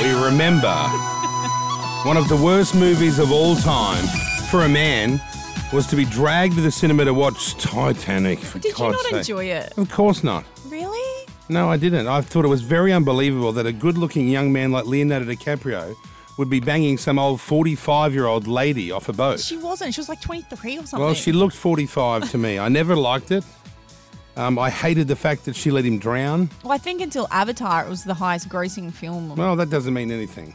we remember one of the worst movies of all time for a man was to be dragged to the cinema to watch Titanic. For Did you God's not sake. enjoy it? Of course not. Really? No, I didn't. I thought it was very unbelievable that a good looking young man like Leonardo DiCaprio would be banging some old 45 year old lady off a boat. She wasn't. She was like 23 or something. well, she looked 45 to me. I never liked it. Um, I hated the fact that she let him drown. Well, I think until Avatar, it was the highest grossing film. Well, that doesn't mean anything.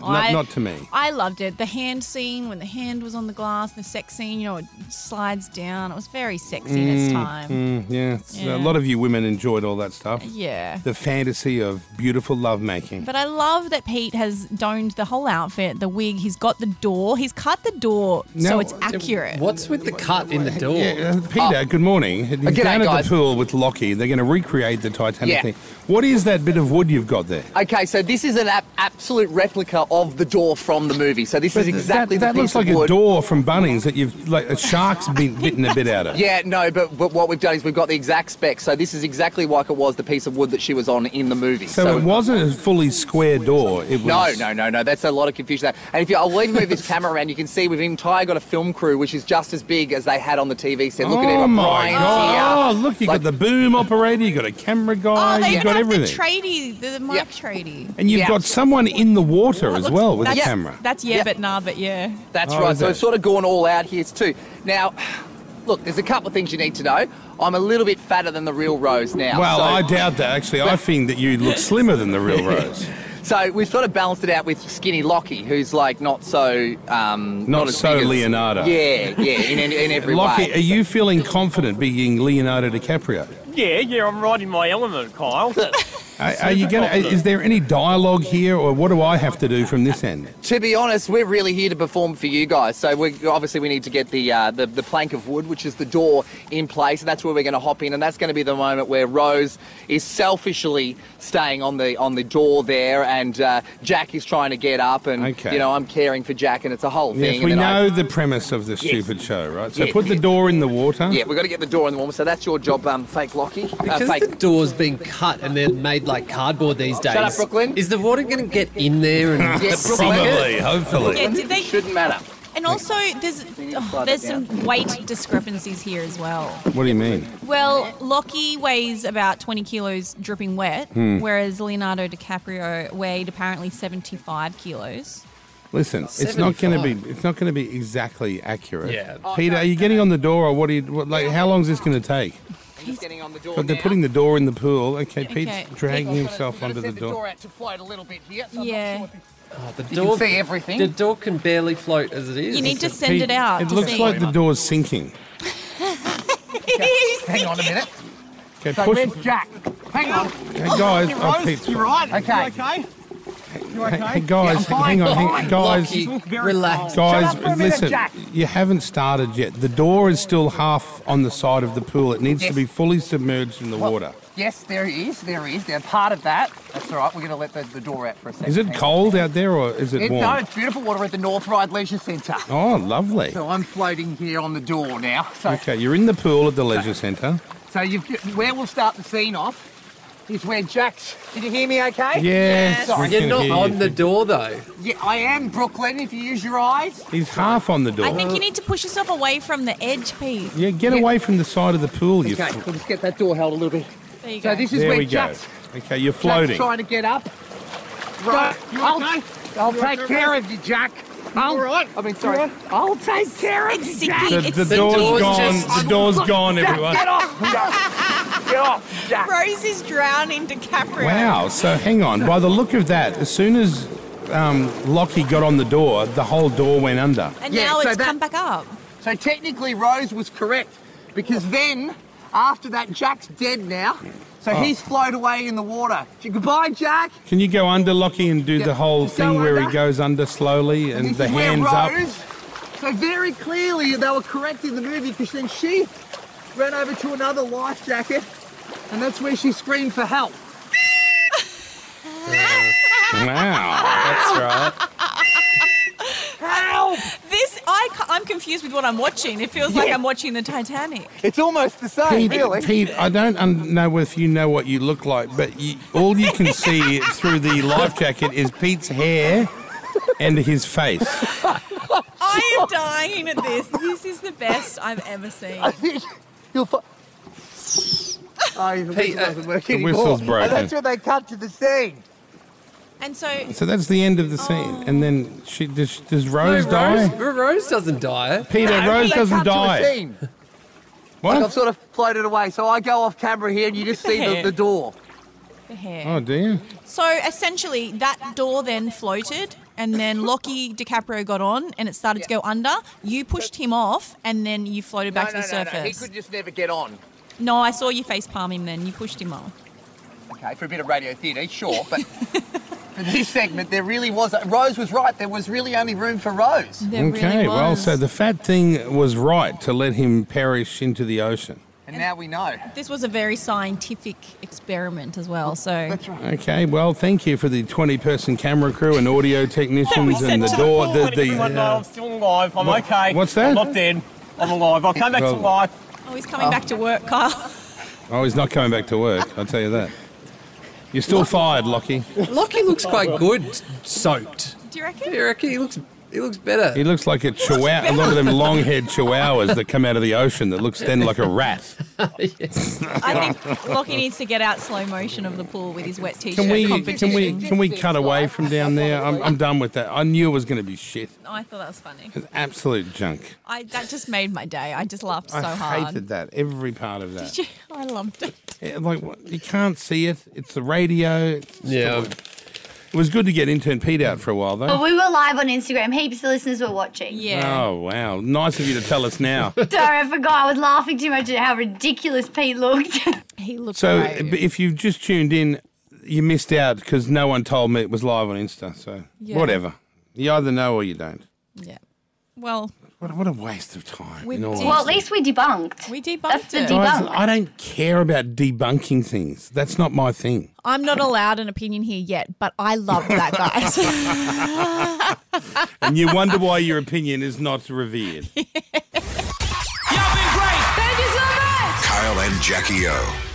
I- Not, not to me. I loved it. The hand scene, when the hand was on the glass, the sex scene, you know, it slides down. It was very sexy in its time. Mm, yeah, it's- Yeah. a lot of you women enjoyed all that stuff. Yeah. The fantasy of beautiful lovemaking. But I love that Pete has donned the whole outfit, the wig. He's got the door. He's cut the door so No, it's accurate. What's with the cut in the door? Yeah, uh, Peter, good morning. He's Oh. g'day, down at guys. the pool with Lockie. They're going to recreate the Titanic Yeah. thing. What is that bit of wood you've got there? Okay, so this is an ab- absolute replica of the door from the movie. So this is exactly that, the that looks piece of like a wood. door from Bunnings that you've like a shark's been bitten a bit out of. Yeah, no, but, but what we've done is we've got the exact spec. So this is exactly like it was the piece of wood that she was on in the movie. So, it wasn't a fully square door. It was No, no, no, no. That's a lot of confusion. there. And if you, I'll even move this camera around, you can see we've entire got a film crew, which is just as big as they had on the TV set. Look at Oh it. my Brian's god! Oh, here. look, you Like- got the boom operator, you got a camera Oh, guy, they you even got have everything, the tradie, the mic Yeah. tradie. and you've Yeah. got someone in the water as well with a That's- camera. That's yeah, Yeah. but nah, but yeah. That's Oh, right. is So it? we've sort of gone all out here too. Now, look, there's a couple of things you need to know. I'm a little bit fatter than the real Rose now. Well, so- I doubt that. Actually, I think that you look slimmer than the real Rose. So we've sort of balanced it out with Skinny Lockie, who's like not so um, Not as so big as- Leonardo. Yeah, yeah, in, in, in every Lockie, are way. you feeling confident being Leonardo DiCaprio? Yeah, yeah, I'm right in my element, Kyle. Are, are you gonna? Is there any dialogue here, or what do I have to do from this end? To be honest, we're really here to perform for you guys. So we obviously we need to get the, uh, the the plank of wood, which is the door, in place, and that's where we're going to hop in, and that's going to be the moment where Rose is selfishly staying on the on the door there, and uh, Jack is trying to get up, and Okay. you know I'm caring for Jack, and it's a whole thing. Yes, and we then I- know the premise of the stupid show, right? So Yes, put the yes. door in the water. yeah, we've got to get the door in the warmer. So that's your job, um, fake Lockie. Uh, Because fake. the door's been cut and they're made like cardboard these days. Shut up, Brooklyn. Is the water going to get in there and Yeah, soak Brooklyn. it? Probably, hopefully. Yeah, did they? Shouldn't matter. And also, there's oh, there's some weight discrepancies here as well. What do you mean? Well, Lockie weighs about 20 kilos dripping wet, Hmm. whereas Leonardo DiCaprio weighed apparently 75 kilos. Listen, it's not going to be it's not going to be exactly accurate. Yeah. Peter, are you getting on the door, or what? Are you, what like, how long is this going to take? I'm just getting on the door. But they're now. putting the door in the pool. Okay, Okay. Pete's dragging I've gotta- himself gotta onto the set door. out to float a little bit here. so I'm not Yeah. sure if it's- Oh, the You door, can see everything. the door can barely float as it is. You need to send Pete, it out. It to looks see. like the door's sinking. Hang on a minute. Okay, So push. where's Jack? Hang on. Hey guys, Hey, oh, Rose, Pete's. you right? Okay. You okay? You Hey, okay? hey, guys, Yeah, I'm hang on, hang, fine. guys, Lockie, very relax. guys. for a minute, listen, Jack. you haven't started yet. The door is still half on the side of the pool. It needs to Yes. be fully submerged in the water. Yes, there he is. There he is. They're part of that. That's all right. We're going to let the, the door out for a second. Is it Hang on. cold out there, or is it It, no, warm? it's beautiful water at the North Ride Leisure Centre. Oh, lovely. So I'm floating here on the door now. So, Okay, you're in the pool at the leisure centre. so you've, where we'll start the scene off is where Jack's. Did you hear me? Okay. Yes, we You're can not hear on you. the door though. Yeah, I am Brooklyn. If you use your eyes. He's half on the door. I think you need to push yourself away from the edge, Pete. yeah, get away from the side of the pool. You. Okay. f- We'll just get that door held a little bit. There you go. So this is there where we go. Jack's Okay, you're Jack's floating. trying to get up. Right. You okay? I'll, I'll take care of you, Jack. I'll, all right? I mean, sorry. I'll take care of It's you, sinking. Jack. The, It's the the door's door's gone. just- the door's gone, Jack, everyone. Get off, Jack. Get off, Jack. Rose is drowning DiCaprio. Wow. So hang on. By the look of that, as soon as um, Lockie got on the door, the whole door went under. And Yeah, now so it's that- come back up. So technically, Rose was correct because then, after that, Jack's dead now. So Oh. he's floated away in the water. J- Goodbye, Jack. Can you go under Lockie and do Yeah, the whole just thing go where he under. goes under slowly and This the is where hands up? Rose- So very clearly, they were correct in the movie because then she ran over to another life jacket, and that's where she screamed for help. Wow. That's right. Help! This I, ca- I'm confused with what I'm watching. It feels like I'm watching the Titanic. It's almost the same, Pete, really. Pete, I don't un- know if you know what you look like, but you, all you can see through the life jacket is Pete's hair and his face. I Oh. am dying at this. This is the best I've ever seen. You'll fi- Oh, the Pete, whistle doesn't work the anymore. whistle's broken. And that's when they cut to the scene. And so, So that's the end of the scene, and then she does, does Rose Rose, die? Rose doesn't die. Peter, No, Rose they doesn't cut to a die. scene. Like, I've What? sort of floated away, so I go off camera here, and you just see the, the door. the hair. Oh dear. So essentially, that door then floated, and then Lockie DiCaprio got on, and it started to go under. You pushed him off, and then you floated back to the He surface. could just never get on. No, I saw you face palm him then. You pushed him off. Okay, for a bit of radio theatre, sure, but for this segment, there really was. Rose was right. There was really only room for Rose. There Okay. really well, was. so the fat thing was right to let him perish into the ocean. And now we know. this was a very scientific experiment as well. So That's right. Okay. Well, thank you for the twenty-person camera crew and audio technicians sent and the to the door. Oh, The, and everyone, no, the, I'm still alive. I'm What- okay. what's that? I'm not dead. I'm alive. I'll come back to Well- life. oh, he's coming back to work, Kyle. oh, he's not coming back to work. I'll tell you that. You're still fired, Lockie. Lockie looks quite good soaked. Do you reckon? Do you reckon he looks he looks better? He looks like a chihuahua. A lot of them long-haired chihuahuas that come out of the ocean that looks then like a rat. I think Lockie needs to get out slow motion of the pool with his wet t-shirt Can we competition. can we can we cut away from down there? I'm, I'm done with that. I knew it was going to be shit. I thought that was funny. It's absolute junk. I, that just made my day. I just laughed so I hard. hated that. Every part of that. I loved it. Yeah, Eh, like what, you can't see it. It's the radio. It's Yeah. It was good to get intern Pete out for a while But though. we were live on Instagram. Heaps of listeners were watching. Yeah. Oh wow! Nice of you to tell us now. Sorry, I forgot. I was laughing too much at how ridiculous Pete looked. He looked So great. b- if you've just tuned in, you missed out because no one told me it was live on Insta. So Yeah. whatever. You either know or you don't. yeah. Well, What, what a waste of time. We in all did- well, at honesty. least we debunked. we That's debunked the it. debunk. Guys, I don't care about debunking things. That's not my thing. I'm not allowed an opinion here yet, but I love that, guys. And you wonder why your opinion is not revered. Kyle and Jackie O.